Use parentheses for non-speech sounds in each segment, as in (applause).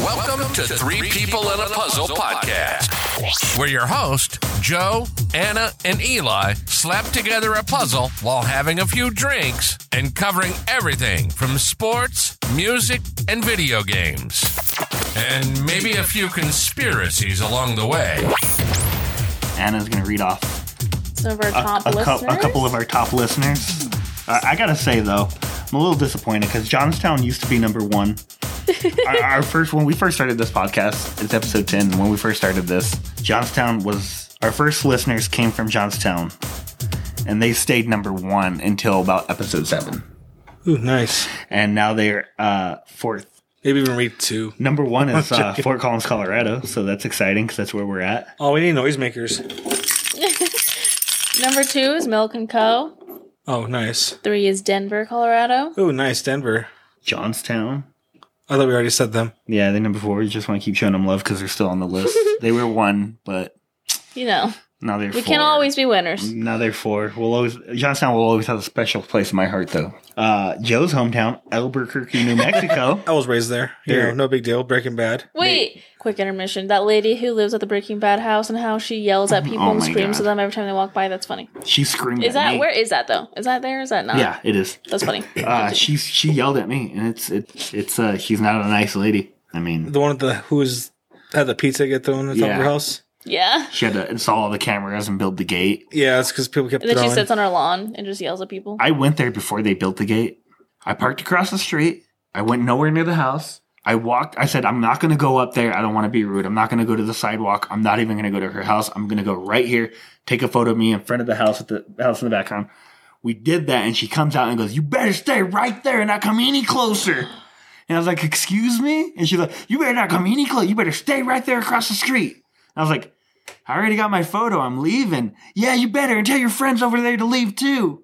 Welcome to Three People in a Puzzle Podcast, where your host, Joe, Anna, and Eli slap together a puzzle while having a few drinks and covering everything from sports, music, and video games. And maybe a few conspiracies along the way. Anna's going to read off Some of our a, top a cou- listeners. a couple of our top listeners. Uh, I gotta say though, I'm a little disappointed because Johnstown used to be number (laughs) one. our, our first when we first started this podcast, it's episode ten. When we first started this, Johnstown was our first listeners came from Johnstown, and they stayed number one until about episode seven, Ooh, nice. and now they're uh, fourth. Maybe even read two. Number one is uh, Joking. Fort Collins, Colorado, so that's exciting because that's where we're at. Oh, we need noisemakers. Number two is Milk and Co. Oh, nice. Three is Denver, Colorado. Ooh, nice Denver. Johnstown. I thought we already said them. Yeah, they're number four. You just want to keep showing them love because they're still on the (laughs) list. they were one, but You know, Now they're we four. Mm. can't always be winners. Now they're four. We'll always Johnstown will always have a special place in my heart, though. Uh, Joe's hometown, Albuquerque, New (laughs) Mexico. I was raised there. You Here. know, no big deal. Breaking Bad. Wait, quick intermission. That lady who lives at the Breaking Bad house and how she yells at people Oh and my screams God. at them every time they walk by. That's funny. she screamed. Is at that me. where is that though? Is that there? Is that not? (coughs) Yeah, it is. That's funny. Uh, she she yelled at me, and it's it, it's uh she's not a nice lady. I mean, The one with the who's had the pizza get thrown in the top of Yeah. her house. Yeah. she had to install all the cameras and build the gate. Yeah, it's because people kept And then she throwing. sits on her lawn and just yells at people. I went there before they built the gate. I parked across the street. I went nowhere near the house. I walked. I said, I'm not going to go up there. I don't want to be rude. I'm not going to go to the sidewalk. I'm not even going to go to her house. I'm going to go right here, take a photo of me in front of the house with the house in the background. We did that, and she comes out and goes, You better stay right there and not come any closer. And I was like, Excuse me? And she's like, You better not come any closer. You better stay right there across the street. And I was like, I already got my photo. I'm leaving. Yeah, you better. And tell your friends over there to leave too.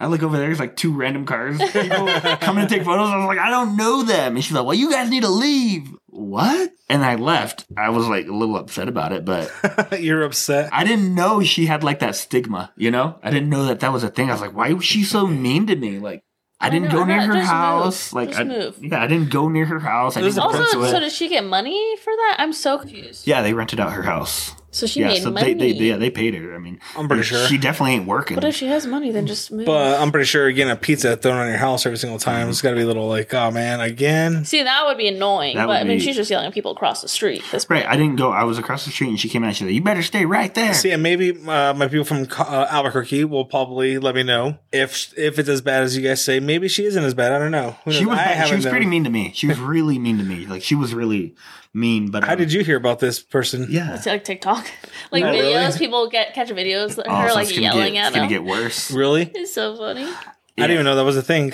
I look over there, there's like two random cars people coming to take photos. I was like, I don't know them. And she's like, Well, you guys need to leave. What? And I left. I was like a little upset about it, but (laughs) You're upset. I didn't know she had like that stigma, you know? I didn't know that that was a thing. I was like, Why was she so mean to me? Like, I I didn't know, go I near know. her Just house. move. Like, Just I, move. yeah, I didn't go near her house. I There's didn't a go Also, That's to so it. does she get money for that? I'm so confused. Yeah, they rented out her house. So she yeah, made so money. They, they, yeah, they paid her. I mean, I'm pretty sure. she definitely ain't working. But if she has money, then just move. But um, I'm pretty sure getting a pizza thrown on your house every single time it's got to be a little like, oh man, again. See, that would be annoying. That but would I mean, be- she's just yelling at people across the street. That's Right, I didn't go. I was across the street, and she came out. and She said, "You better stay right there." See, and maybe uh, my people from Co- uh, Albuquerque will probably let me know if if it's as bad as you guys say. Maybe she isn't as bad. I don't know. Who she knows? was. I bad- She haven't was pretty known. mean to me. She was really mean to me. Like she was really mean. But How did you hear about this person? Yeah. It's like TikTok, (laughs) like No, really? videos. People get catch videos that Oh, her so like Oh, it's gonna yelling get, at It's gonna get them. worse. Really? (laughs) it's so funny. Mm-hmm. I Yeah. didn't even know that was a thing.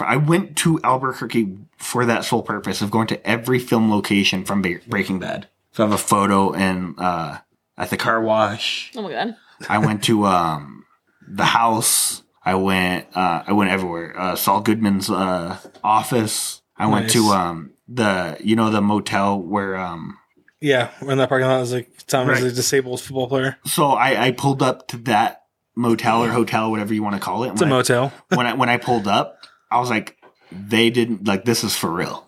I went to Albuquerque for that sole purpose of going to every film location from Ba- Breaking Bad. So I have a photo in uh, at the car wash. Oh my god. I went to um, the house. I went. Uh, I went everywhere. Uh, Saul Goodman's uh, office. I went to Nice. um, the you know the motel where. Um, Yeah, in that parking lot, I was like, Tom is Right. a disabled football player. so I, I pulled up to that motel or hotel, whatever you want to call it. It's a When I- motel. when I when I pulled up, I was like, they didn't like this is for real.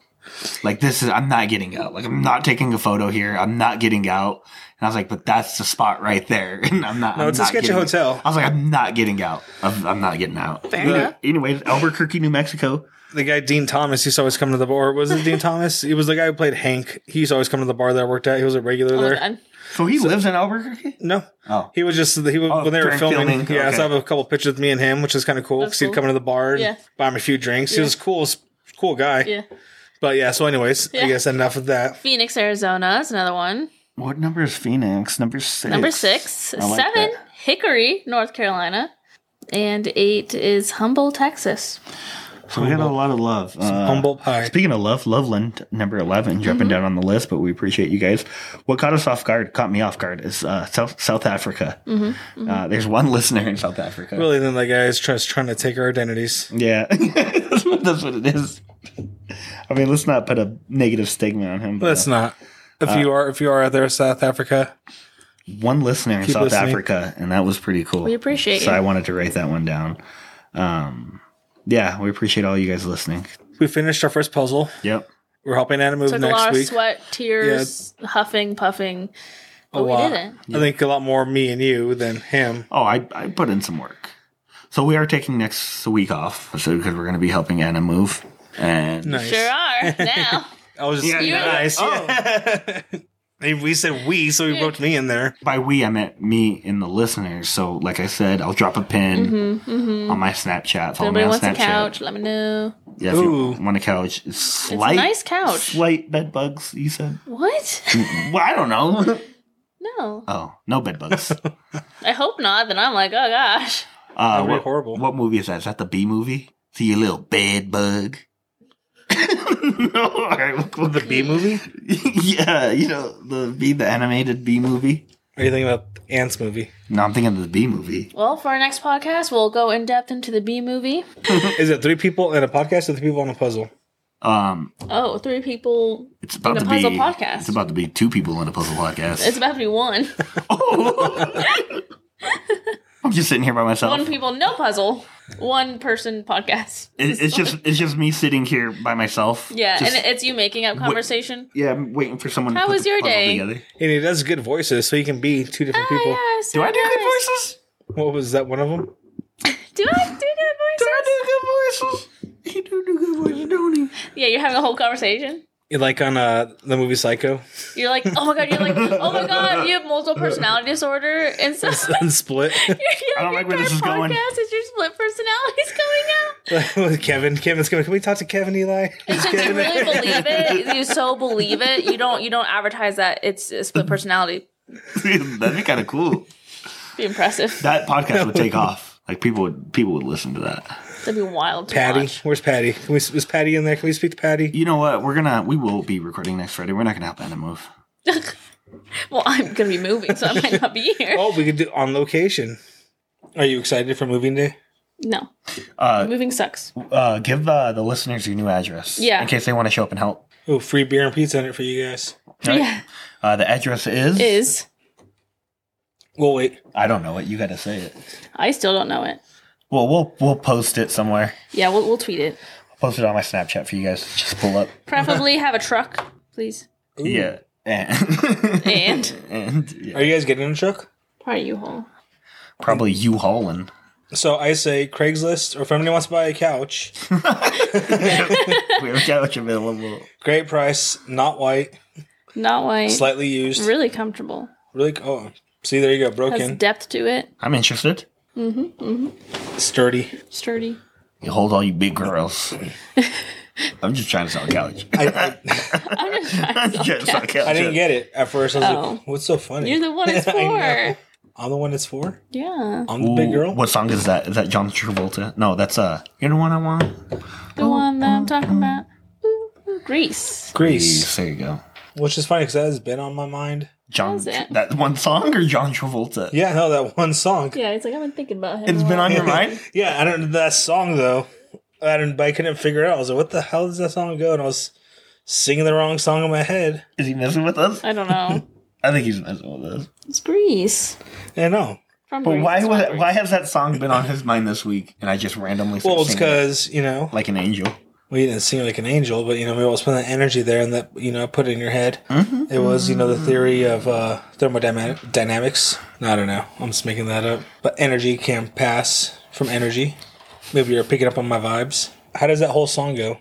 Like this is I'm not getting out. Like I'm not taking a photo here. I'm not getting out. And I was like, but that's the spot right there. (laughs) And I'm not. No, I'm it's a not sketchy getting- hotel. I was like, I'm not getting out. I'm, I'm not getting out. Fair But enough. Anyways, Albuquerque, New Mexico. The guy Dean Thomas used to always come to the bar. Was it (laughs) Dean Thomas? He was the guy who played Hank. He used to always come to the bar that I worked at. He was a regular Oh my there. god. So he lives in Albuquerque. No, Oh, he was just he was, Oh, when they were during filming. filming, Yeah, okay. so I have a couple pictures with me and him, which is kind of cool That's because he'd come cool. into the bar and Yeah. buy him a few drinks. He Yeah. was a cool, cool guy. Yeah. But yeah, so anyways, I Yeah. guess enough of that. Phoenix, Arizona is another one. what number is Phoenix? Number six. Number six, I like seven, that. Hickory, North Carolina, and eight is Humble, Texas. So we got a lot of love. Uh, Humboldt Pie. Speaking of love, Loveland, number 11, jumping down on the list, but we appreciate you guys. What caught us off guard, caught me off guard, is uh, South, South Africa. Uh, there's one listener in South Africa. Really, then that guy is just trying to take our identities. Yeah. (laughs) that's what that's what it is. I mean, let's not put a negative stigma on him. But Let's uh, not. If you are if you are out there, South Africa, one listener in Keep South listening. Africa, and that was pretty cool. We appreciate So I you. wanted to write that one down. Um, yeah, we appreciate all you guys listening. we finished our first puzzle. Yep. We're helping Anna move Took a next lot week. of sweat, tears, huffing, puffing. a But we lot. did I think a lot more me and you than him. Oh, I, I put in some work. So we are taking next week off so, because we're going to be helping Anna move. And Oh. it. Nice. Sure are (laughs) now. I was just Yeah, saying yeah. nice. (laughs) yeah. Oh. Hey, we said we, so we wrote me in there. by we, I meant me and the listeners. So, like I said, I'll drop a pin on my Snapchat. If Follow me anybody on Mm-hmm, wants Snapchat. a couch, let me know. Yeah, if you Ooh. want a couch. It's It's slight, a nice couch. slight bed bugs, you (laughs) said? What? (laughs) well, I don't know. no. Oh, no bed (laughs) bugs. Uh, I hope not. Then I'm like, oh gosh. be what, horrible. What movie is that? Is that the B movie? See you little bed bug. (laughs) no, all right, we'll- we'll- The B movie? (laughs) yeah, you know the B, the animated B movie. Or are you thinking about Ant's movie? No, I'm thinking of the B movie. Well, for our next podcast, we'll go in depth into the B movie. Is it three people in a podcast or three people on a puzzle? Um, Oh, three people. it's about The to puzzle be podcast. It's about to be two people in a puzzle podcast. It's about to be one. oh. I'm just sitting here by myself. (laughs) one people, no puzzle. One person podcast. It, it's just it's just me sitting here by myself. Yeah, Just- and it's you making up conversation. yeah. I'm waiting for someone. How to put was the your puzzle day? Together. And he does good voices, so he can be two different people. Oh, yeah, Do I do nice. good voices? What was that? One of them? Do I do good Do voices? I do good voices? You do do good voices, don't you? Yeah, you're having a whole conversation. You Like on uh, the movie Psycho (laughs) You're like, oh my god, you're like, oh my god, you have multiple personality disorder (laughs) and so (laughs) and Split (laughs) I don't like where this is going. Podcast is your split personalities coming out. with Kevin. Kevin's coming. Can we talk to Kevin Eli? It's just you (laughs) really believe it. You so believe it. You don't. You don't advertise that it's a split personality. (laughs) That'd be kind of cool. Be impressive. That podcast would take off. Like people would people would listen to that. That'd be wild. To Patty, watch. where's Patty? Can we, is Patty in there? Can we speak to Patty? You know what? We're gonna we will be recording next Friday. We're not gonna help Anna move. Well, I'm gonna be moving, so I might not be here. (laughs) Oh, we could do on location. Are you excited for moving day? No, Uh, moving sucks. uh, give uh, the listeners your new address. Yeah. In case they want to show up and help. Oh, free beer and pizza in it for you guys. (laughs) Right. Yeah, Uh, the address is. is We'll wait. I don't know it. You got to say it. I still don't know it. Well, we'll we'll post it somewhere. Yeah, we'll we'll tweet it. I'll post it on my Snapchat for you guys. to Just pull up. (laughs) Preferably have a truck, please. Yeah. And, (laughs) And and yeah. Are you guys getting a truck? probably you hole. probably you (laughs) hauling. So I say Craigslist, or if anybody wants to buy a couch, We have couch available. great price, not white, Not white. slightly used. really comfortable. Really, oh, see, there you go, Has broken, depth to it. I'm interested. sturdy. Sturdy. You hold all you big (laughs) girls. I'm just trying to sell a couch. I, I, I'm just trying to I'm trying to sell a couch. I didn't get it at first. I was Oh. like, "What's so funny?" You're the one (laughs) it's I know. for. I'm the one that's for. Yeah. I'm the big Ooh, girl. What song is that? Is that John Travolta? No, that's uh, you know what I want. The one that (laughs) I'm talking about. Ooh, ooh, Greece. Grease, Yes, there you go. which is funny because that has been on my mind. John, How's it? that one song or John Travolta? Yeah, no, that one song. Yeah, it's like I've been thinking about him. It's been on your mind. Yeah, I don't know that song though. I didn't. I couldn't figure it out. I was like, "What the hell does that song go?" And I was singing the wrong song in my head. Is he messing with us? I (laughs) don't know. I think he's messing with us. It's Greece. I know. From But Greece. why It's was from why Greece. has that song been on his mind this week? And I just randomly Well, started singing it it's because you know like an angel. we didn't sing like an angel, but you know we always put that energy there and that you know put it in your head. Mm-hmm. It was you know the theory of uh, thermodynamic dynamics. I don't know. I'm just making that up. But energy can pass from energy. Maybe you're picking up on my vibes. How does that whole song go?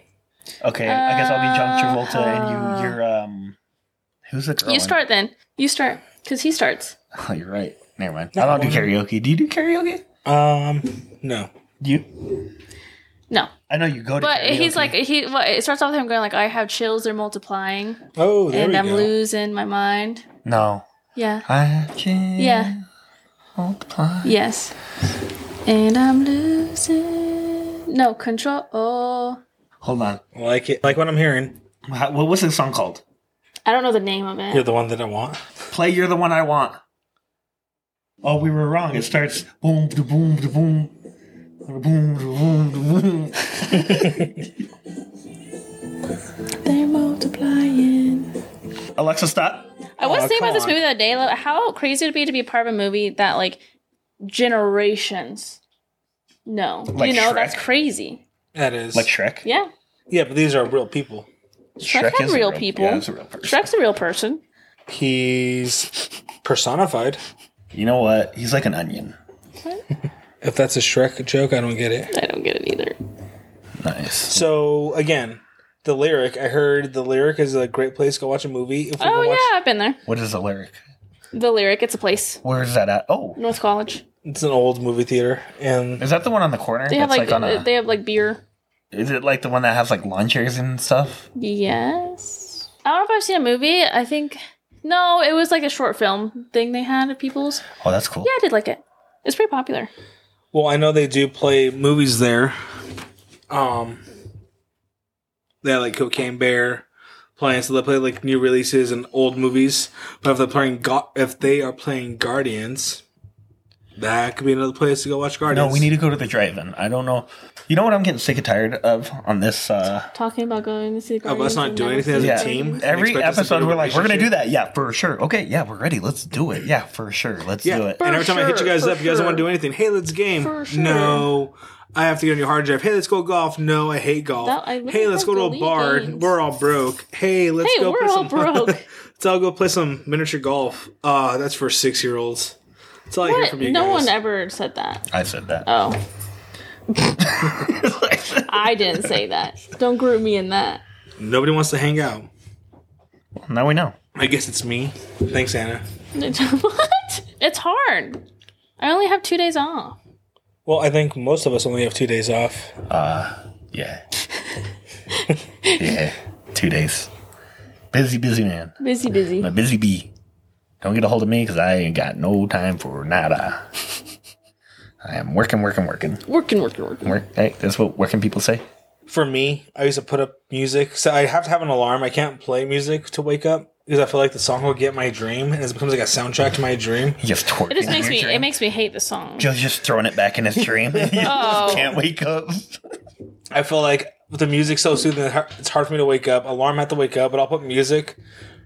Okay, I guess I'll be John Travolta and you. You're um, who's the girl? Uh, You in- start then. You start. Because he starts. (laughs) Oh, you're right. Never mind. I don't do karaoke. Do you do karaoke? Um, no. You? No. I know you go to. But karaoke. he's like, he. Well, it starts off with him going like, I have chills, they're multiplying, Oh, there and we I'm go. losing my mind. no. Yeah. I have changed. Yeah. all the time. Yes. And I'm losing. No, control. Oh. Hold on. Like it. Like what I'm hearing. How- What was this song called? I don't know the name of it. You're the one that I want. Play "You're the One I Want." Oh, we were wrong. It starts boom, da boom, da boom, da boom, da boom, da boom. They're multiplying. Alexa, stop. I was Aw, thinking Oh, come about this on. movie the other day. Like, how crazy it would be to be part of a movie that like generations. No, Like you know that's Shrek? crazy. That is. Like Shrek. Yeah, yeah, but these are real people. Shrek, had is a real people. Yeah, that's a real person. Shrek's a real person. He's personified. You know what? He's like an onion. If that's a Shrek joke, I don't get it. I don't get it either. Nice. So again, the lyric. I heard the lyric is a great place to go watch a movie. If we Oh go watch, yeah, I've been there. What is the lyric? The lyric, it's a place. Where is that at? Oh, North College. It's an old movie theater, and is that the one on the corner? They have That's like, on a- they have like beer. Is it like the one that has like lawn chairs and stuff? Yes. I don't know if I've seen a movie. I think no, it was like a short film thing they had at people's. Oh, that's cool. Yeah, I did like it. It's pretty popular. well, I know they do play movies there. Um, they have, like Cocaine Bear playing, so they play like new releases and old movies. But if they're playing, Gu- if they are playing Guardians, that could be another place to go watch Guardians. No, we need to go to the drive-in. I don't know. You know what I'm getting sick and tired of on this. uh Talking about going to see the. Of us Guardians Oh, not and doing never anything as a seeing Yeah. it. team? Every Expect us to episode build a we're like, we're gonna do relationship. that. Yeah, for sure. Okay, yeah, we're ready. Let's do it. Yeah, for sure. Let's Yeah. do it. For and every time I hit you sure, guys for up, you guys don't want to sure. do anything. Hey, let's game. For sure. No, I have to get on your hard drive. Hey, let's go golf. No, I hate golf. That- I really hey, let's like go the to a Wii bar. games. We're all broke. Hey, let's Hey, go. we're play all some- (laughs) broke. let's all go play some miniature golf. Uh, that's for six year olds. That's all I hear What? from you No guys. one ever said that. I said that. (laughs) Oh. I didn't say that. Don't group me in that. Nobody wants to hang out. now we know. I guess it's me. Thanks, Anna. (laughs) what? It's hard. I only have two days off. Well, I think most of us only have two days off. Yeah. (laughs) yeah. Two days. Busy, busy man. Busy, busy. I'm a busy bee. Don't get a hold of me because I ain't got no time for nada. (laughs) I am working, working, working. Working, working, working. Work. Hey, that's what working people say. for me, I used to put up music. So I have to have an alarm. I can't play music to wake up because I feel like the song will get my dream and it becomes like a soundtrack to my dream. He just twerking. It just in makes your me. dream. It makes me hate the song. Joe's just throwing it back in his dream. (laughs) You (laughs) Oh. Can't wake up. I feel like with the music so soothing, it's hard- it's hard for me to wake up. Alarm I have to wake up, but I'll put music,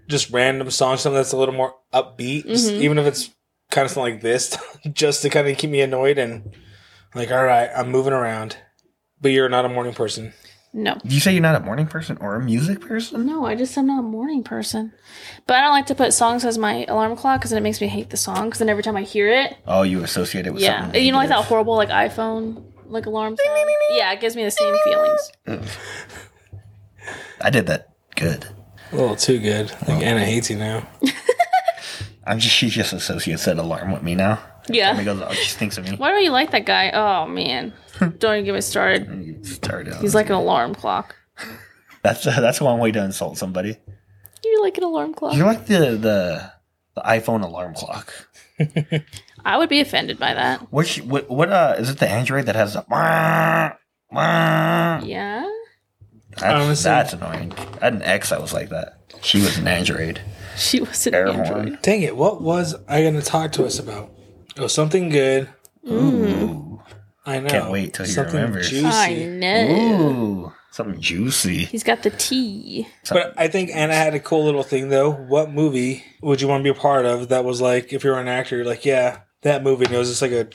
just random songs, something that's a little more upbeat, just, even if it's kind of something like this, (laughs) just to kind of keep me annoyed and like, all right, I'm moving around. But you're not a morning person. No. Do you say you're not a morning person or a music person? No, I just I'm not a morning person, but I don't like to put songs as my alarm clock because then it makes me hate the song. Because then every time I hear it, Oh, you associate it with yeah, something. you know, like that negative. horrible like iPhone like alarm. Sound? Yeah, it gives me the same feelings. I did that good. A little too good. Like Anna hates you now. I'm just she just associates that alarm with me now. And it Yeah. goes, oh, she thinks of me. Why don't you like that guy? Oh man, don't even get me started. You started out. He's like an alarm clock. that's that's one way to insult somebody. You're like an alarm clock. You're like the the, the iPhone alarm clock. I would be offended by that. Which what what uh is it the Android that has a wah, wah? Yeah. That's, Honestly. that's annoying. I had an ex that was like that. She was an Android. She was an Air android. horn. Dang it, what was I going to talk to us about? Oh, something good. Ooh. I know. Can't wait till he Something remembers. Juicy. I know. Ooh. Something juicy. He's got the T. But I think Anna had a cool little thing though. What movie would you want to be a part of that was like if you were an actor, you're like, yeah, that movie and it was just like a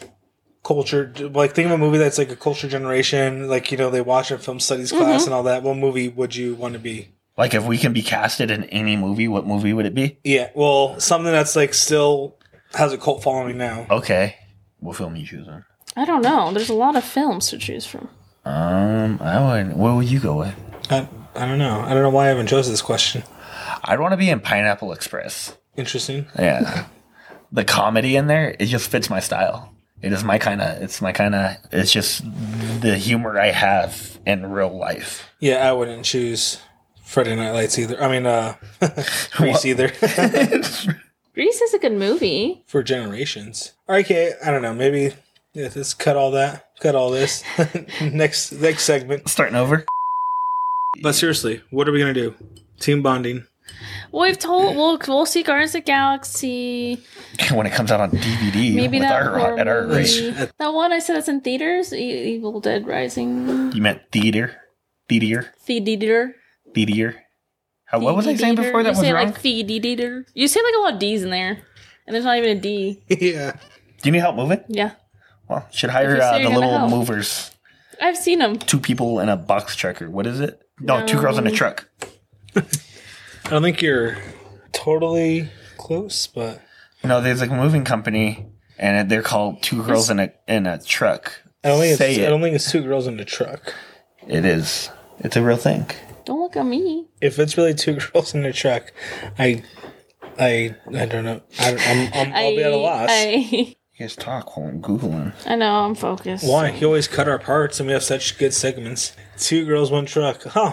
culture like think of a movie that's like a culture generation, like you know, they watch a film studies class and all that. What movie would you want to be? Like if we can be casted in any movie, what movie would it be? Yeah, well, something that's like still has a cult following now. Okay. What film you choosing? I don't know. There's a lot of films to choose from. Um, I would. What would you go with? I, I don't know. I don't know why I haven't chosen this question. I'd want to be in Pineapple Express. Interesting. (laughs) Yeah. the comedy in there, it just fits my style. It is my kind of. It's my kind of. It's just the humor I have in real life. (laughs) Yeah, I wouldn't choose Friday Night Lights either. I mean, uh, (laughs) Grease either. (laughs) Grease is a good movie. for generations. Okay, I don't know. Maybe yeah, let's cut all that. Cut all this. (laughs) next next segment. Starting over. (laughs) But seriously, what are we gonna do? Team bonding. Well, we've told we'll we'll see Guardians of the Galaxy. When it comes out on DVD, Maybe with that our, horror at our movie. rate. That one I said that's in theaters. E- Evil Dead Rising You meant theater, theater, theater. theater. How, what was I saying before that you was say wrong? Like theater. You say like a lot of D's in there, and there's not even a D. (laughs) yeah. Do you need help moving? Yeah, Well, should hire you say uh, you're the gonna little help. movers. I've seen them. Two people in a box trucker. What is it? No, two girls in a truck. I don't think you're totally close, but You know, there's like a moving company, and they're called Two Girls in a in a Truck. I don't think Say it's, I don't it. think it's two girls in a truck. It is. It's a real thing. Don't look at me. If it's really two (laughs) girls in a truck, I, I, I don't know. I, I'm, I'm, I'll be at a loss. I, You guys talk while I'm googling. (laughs) I (laughs) know. I'm focused. Why? He always cut our parts, and we have such good segments. Two girls, one truck. (laughs) Huh.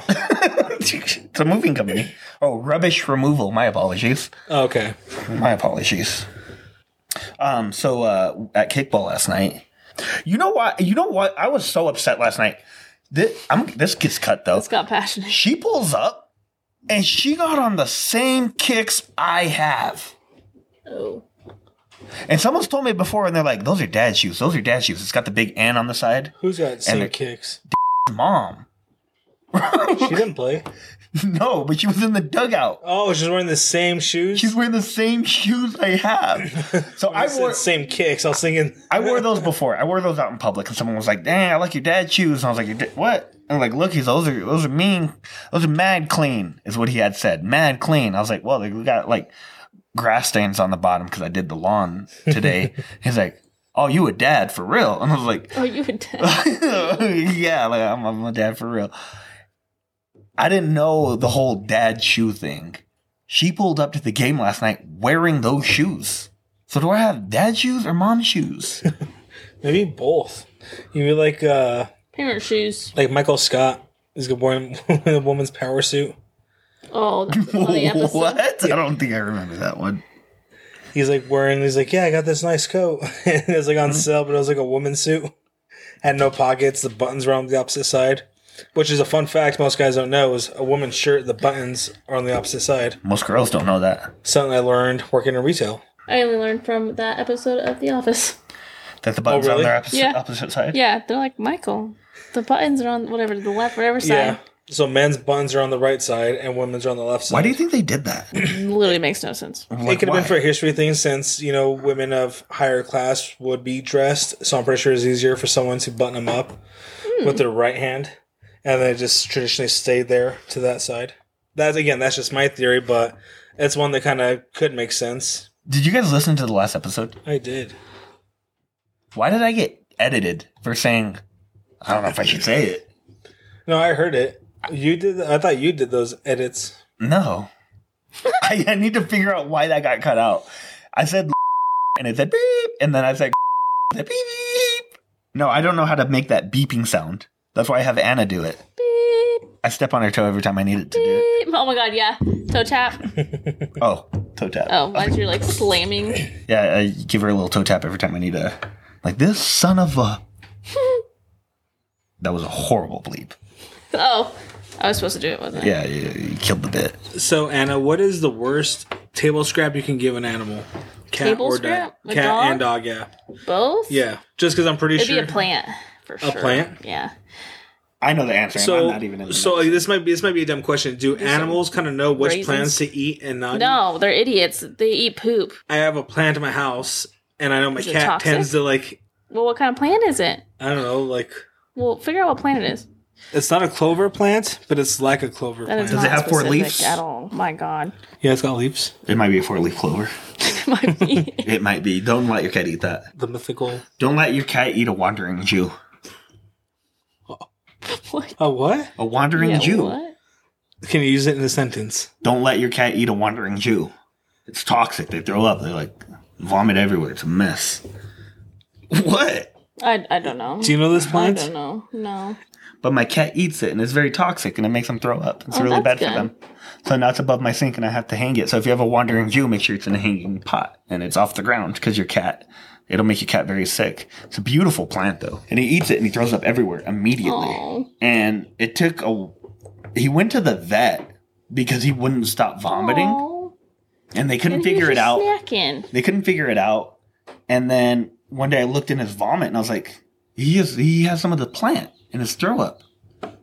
it's a moving company. Oh, rubbish removal. My apologies. okay. My apologies. Um, so uh, at kickball last night, you know what? You know what? I was so upset last night. This, I'm, this gets cut though. It's got passionate. She pulls up, and she got on the same kicks I have. (laughs) Oh. And someone's told me before, and they're like, "Those are dad shoes. Those are dad shoes. It's got the big N on the side." Who's got same the- kicks? Mom, (laughs) She didn't play. no, but she was in the dugout. Oh, she's wearing the same shoes. She's wearing the same shoes I have. So I I said wore same kicks. I was thinking. I wore those before. I wore those out in public, and someone was like, "Dang, I like your dad's shoes." And I was like, "Your dad- "What?" And like, "Look, he's those are those are mean. Those are mad clean," is what he had said. Mad clean. I was like, "Well, they got like grass stains on the bottom because I did the lawn today." he's like, "Oh, you a dad for real?" And I was like, (laughs) Oh, you were dead. "Yeah, like I'm, I'm a dad for real." I didn't know the whole dad shoe thing. She pulled up to the game last night wearing those shoes. So do I have dad shoes or mom shoes? Maybe both. You be like uh Parent shoes. like Michael Scott is good born in (laughs) a woman's power suit. Oh, that's a funny (laughs) episode. What? I don't think I remember that one. He's like wearing he's like, Yeah, I got this nice coat. (laughs) and it's like Mm-hmm. on sale, but it was like a woman's suit. Had no pockets, the buttons were on the opposite side. Which is a fun fact most guys don't know is a woman's shirt, the buttons are on the opposite side. Most girls don't know that. Something I learned working in retail. I only learned from that episode of The Office. That the buttons Oh, really? on their opposite, Yeah. opposite side. Yeah, they're like Michael. The buttons are on whatever the left, whatever side. Yeah. So men's buttons are on the right side and women's are on the left side. Why do you think they did that? Literally makes no sense. Like, it could have why? been for a history thing since you know women of higher class would be dressed so i'm pretty sure it's easier for someone to button them up with their right hand and then it just traditionally stayed there to that side that's again that's just my theory but it's one that kind of could make sense Did you guys listen to the last episode? i did Why did I get edited for saying? I don't know if I should say it. no i heard it you did i thought you did those edits No. (laughs) I, I need to figure out why that got cut out. I said (laughs) and it said beep, and then I said (laughs) it said beep beep. No, I don't know how to make that beeping sound. That's why I have Anna do it. Beep, I step on her toe every time I need it to do it. beep. Oh my god, yeah. Toe tap. Oh, toe tap. Oh, as you're like slamming. Yeah, I give her a little toe tap every time I need a. Like this son of a. that was a horrible bleep. Oh, I was supposed to do it, wasn't I? Yeah, you, you killed the bit. so anna what is the worst table scrap you can give an animal cat Table or scrap? dog A cat dog? and dog yeah Both? yeah just because i'm pretty It'd sure be a plant, for sure. plant? Yeah. I know the answer. and So, I'm not even in the so like, this might be this might be a dumb question. Do animals kind of know which raisins? plants to eat and not? eat? No, they're idiots. They eat poop. I have a plant in my house, and I know my it cat toxic? tends to like Well, what kind of plant is it? I don't know like Well, figure out what plant it is. it's not a clover plant, but it's like a clover That plant. is Does not it have four specific leaves? at all. My God. (laughs) yeah, it's got leaves. it might be a four leaf clover. Might be. It might be. Don't let your cat eat that. The mythical. Don't let your cat eat a wandering Jew. Oh, what? A wandering Yeah, Jew. what? Can you use it in a sentence? Don't let your cat eat a wandering Jew. It's toxic. They throw up. They like vomit everywhere. It's a mess. What? I, I don't know. Do you know this I plant? don't know. No. But my cat eats it and it's very toxic and it makes them throw up. It's Oh, really bad that's for good. them. So now it's above my sink and I have to hang it. So if you have a wandering Jew, make sure it's in a hanging pot and it's off the ground because your cat, it'll make your cat very sick. It's a beautiful plant though. And he eats it and he throws up everywhere immediately. Oh. And it took a, he went to the vet because he wouldn't stop vomiting Oh, and they couldn't and figure here's it your out. Snacking. They couldn't figure it out. And then one day I looked in his vomit and I was like, he is he has some of the plant in his throw up.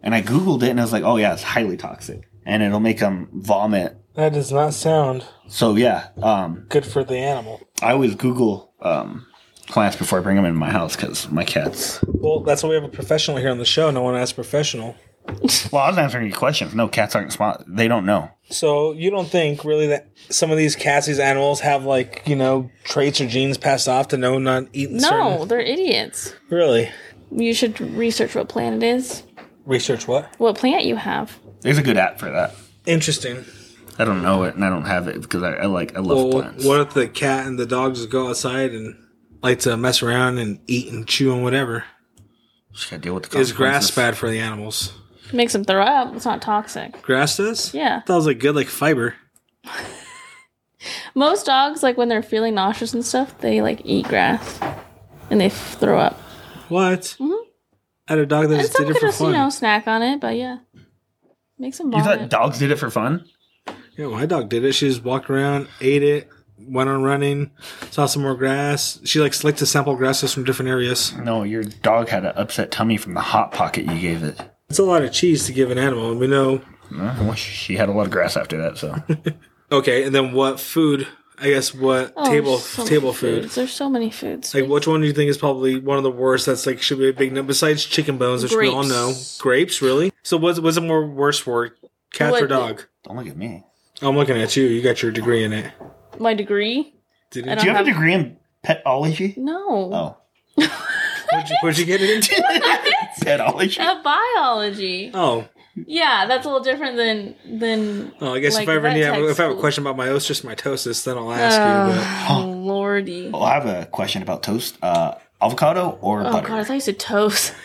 And I Googled it and I was like, oh yeah, it's highly toxic. And it'll make him vomit. That does not sound So yeah, um, good for the animal. I always Google um, plants before I bring them into my house because my cats. Well, that's why we have a professional here on the show. No one asked professional. Well, I was answering your questions. No, cats aren't smart. They don't know. So you don't think really that some of these cats, these animals, have like you know traits or genes passed off to know not eating? No, certain- they're idiots. really. You should research what plant it is, Research what? what plant you have. There's a good app for that. Interesting. I don't know it, and I don't have it because I, I like I love Well, plants. what if the cat and the dog just go outside and like to mess around and eat and chew and whatever? Just gotta deal with the Is grass consequences. bad for the animals? Makes them throw up. It's not toxic. Grass does. Yeah. that was like good, like fiber. Most dogs, like when they're feeling nauseous and stuff, they like eat grass and they f- throw up. What? I had a dog that Mm-hmm. And just some did could it for just, you fun. know, snack on it, but yeah. Makes them You thought vomit. dogs did it for fun? Yeah, my dog did it. She just walked around, ate it, went on running, saw some more grass. She like liked to sample grasses from different areas. No, your dog had an upset tummy from the hot pocket you gave it. It's a lot of cheese to give an animal, and we know. Uh-huh. Uh, well, she had a lot of grass after that, (laughs) so Okay, and then what food? I guess what Oh, table there's so many table food? foods. There's so many foods. Like which one do you think is probably one of the worst? That's like should be a big no besides chicken bones, which we all Grapes. know. Grapes, really? So what's what's a more worse word? Cat or What- dog? don't look at me. I'm looking at you. You got your degree in it. My degree? Did I you? don't Do you have a have- degree in petology? No. Oh, What'd you, what'd you get it (laughs) into? (laughs) petology. At biology. Oh, Yeah, that's a little different than than. oh. I guess Like if I ever vet need, if I have a textbook. question about my osteomycosis, then I'll ask you. But Oh, lordy. Well, I have a question about toast. Uh, avocado or Oh butter? god, I thought you said toast. (laughs)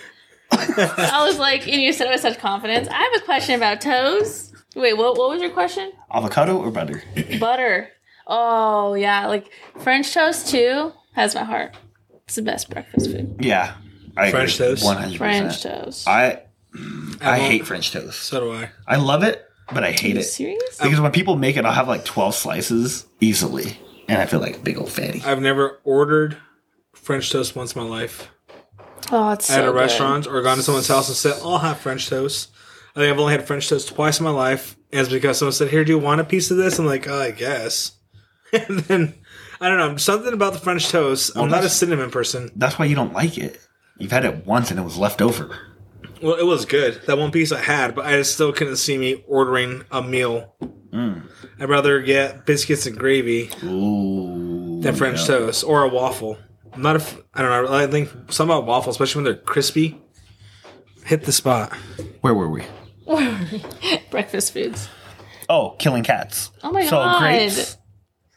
I was like, and you said it with such confidence. I have a question about toast. Wait, what? What was your question? Avocado or butter? Butter. Oh yeah, like French toast too has my heart. It's the best breakfast food. Yeah, I French toast? One hundred French percent. toast. I I won't- hate French toast. So do I. I love it, but I hate Are you it serious? because when people make it, I'll have like twelve slices easily, and I feel like a big old fatty. I've never ordered French toast once in my life Oh, it's so at a good. restaurant or gone to someone's house and said, "I'll have French toast." I think I've only had French toast twice in my life, and it's because someone said, "Here, do you want a piece of this?" I'm like, oh, "I guess." (laughs) And then I don't know something about the French toast. I'm not a that's- cinnamon person. That's why you don't like it. You've had it once and it was left over. Well, it was good that one piece I had, but I just still couldn't see me ordering a meal. I'd rather get biscuits and gravy Ooh. than French yeah. toast or a waffle. I'm not a, f- I don't know. I think some about waffles, especially when they're crispy, hit the spot. Where were we? breakfast foods. Oh, killing cats. Oh my so God. grapes.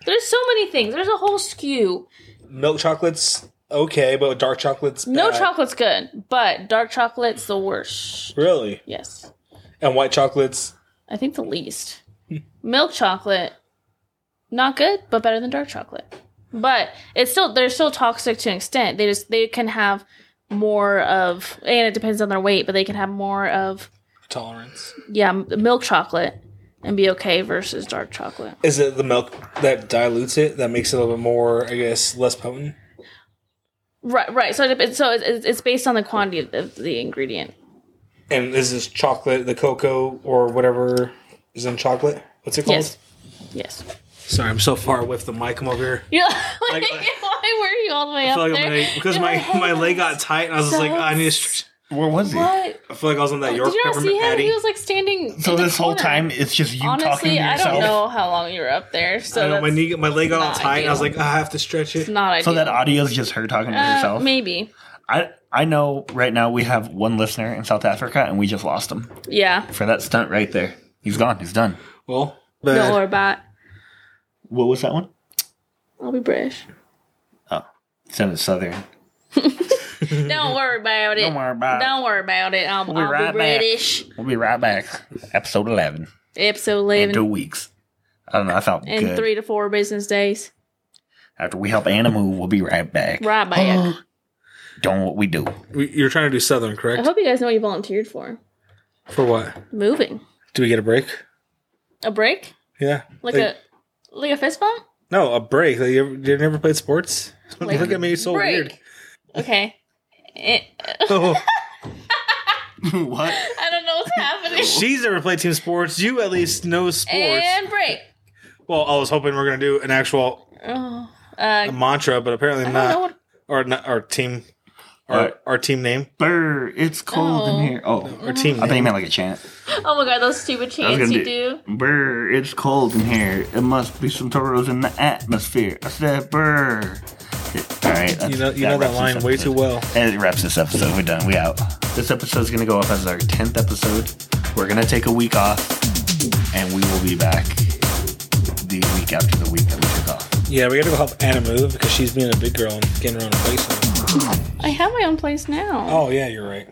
There's so many things. There's a whole skew. Milk chocolates, okay, but dark chocolates, No bad. chocolate's good, but dark chocolate's the worst. really, Yes. and white chocolates. I think the least. Hmm. Milk chocolate, not good, but better than dark chocolate. But it's still they're still toxic to an extent. They just they can have more of, and it depends on their weight, but they can have more of Tolerance yeah m- milk chocolate and be okay versus dark chocolate. is it the milk that dilutes it that makes it a little bit more, I guess, less potent. Right, right. So it, dep- so it, it's it's based on the quantity of the, of the ingredient. And is this chocolate, the cocoa or whatever is in chocolate? What's it called? Yes, yes. (laughs) Sorry, I'm so far with the mic. I'm over here. You're like, Like- (laughs) why were you all the way I up feel like there? I'm gonna, because You're my, like, my "Hey, (laughs) leg got tight, and I was just like, I need to. stretch." Where was he? What? I feel like I was on that York Did you not see peppermint him? patty. He was like standing. So in the this whole corner. time it's just you talking to Honestly, I yourself. don't know how long you were up there. So I know, my that's knee, my leg got all not tight, and I was ideal. like, I have to stretch it. not ideal. So that audio is just her talking to Uh, herself. maybe. I I know right now we have one listener in South Africa and we just lost him Yeah. for that stunt right there. He's gone. He's done. Well, Don't worry but about. it. What was that one? I'll (laughs) be British. Sounded southern. Don't worry about it. Don't worry about it. Don't worry about it. I'll, be I'll right back. be British. We'll be right back. Episode eleven Episode in two eleven weeks. I don't know. I felt in good. three to four business days. After we help Anna move, we'll be right back. Right back. Oh. Doing what we do. we, you're trying to do Southern, I correct? hope you guys know what you volunteered for. For what? Moving. Do we get a break? A break? Yeah. Like a like a fist bump? no, a break. Like, you, ever, you never played sports? Like- Look at me, so break. (laughs) weird. Okay. Eh, Oh, (laughs) what? I don't know what's (laughs) happening. she's never played team sports. You at least know sports. and break. well, I was hoping we are gonna do an actual Oh, uh, mantra, but apparently I don't know not. what Or not, or team Our, What? our team name. Brr, it's cold Oh. in here. Oh, Our team I name. think you meant like a chant. Oh my god, those stupid I was chants gonna you do, do. Brr, it's cold in here. It must be some Toros in the atmosphere. I said brr. All right. you know, you know that line way too well. And it wraps this episode. We're done. We out. This episode's gonna go up as our tenth episode. We're gonna take a week off, and we will be back the week after the week that we took off. Yeah, we gotta go help Anna move because she's being a big girl and getting her own place. now. I have my own place now. Oh yeah, you're right.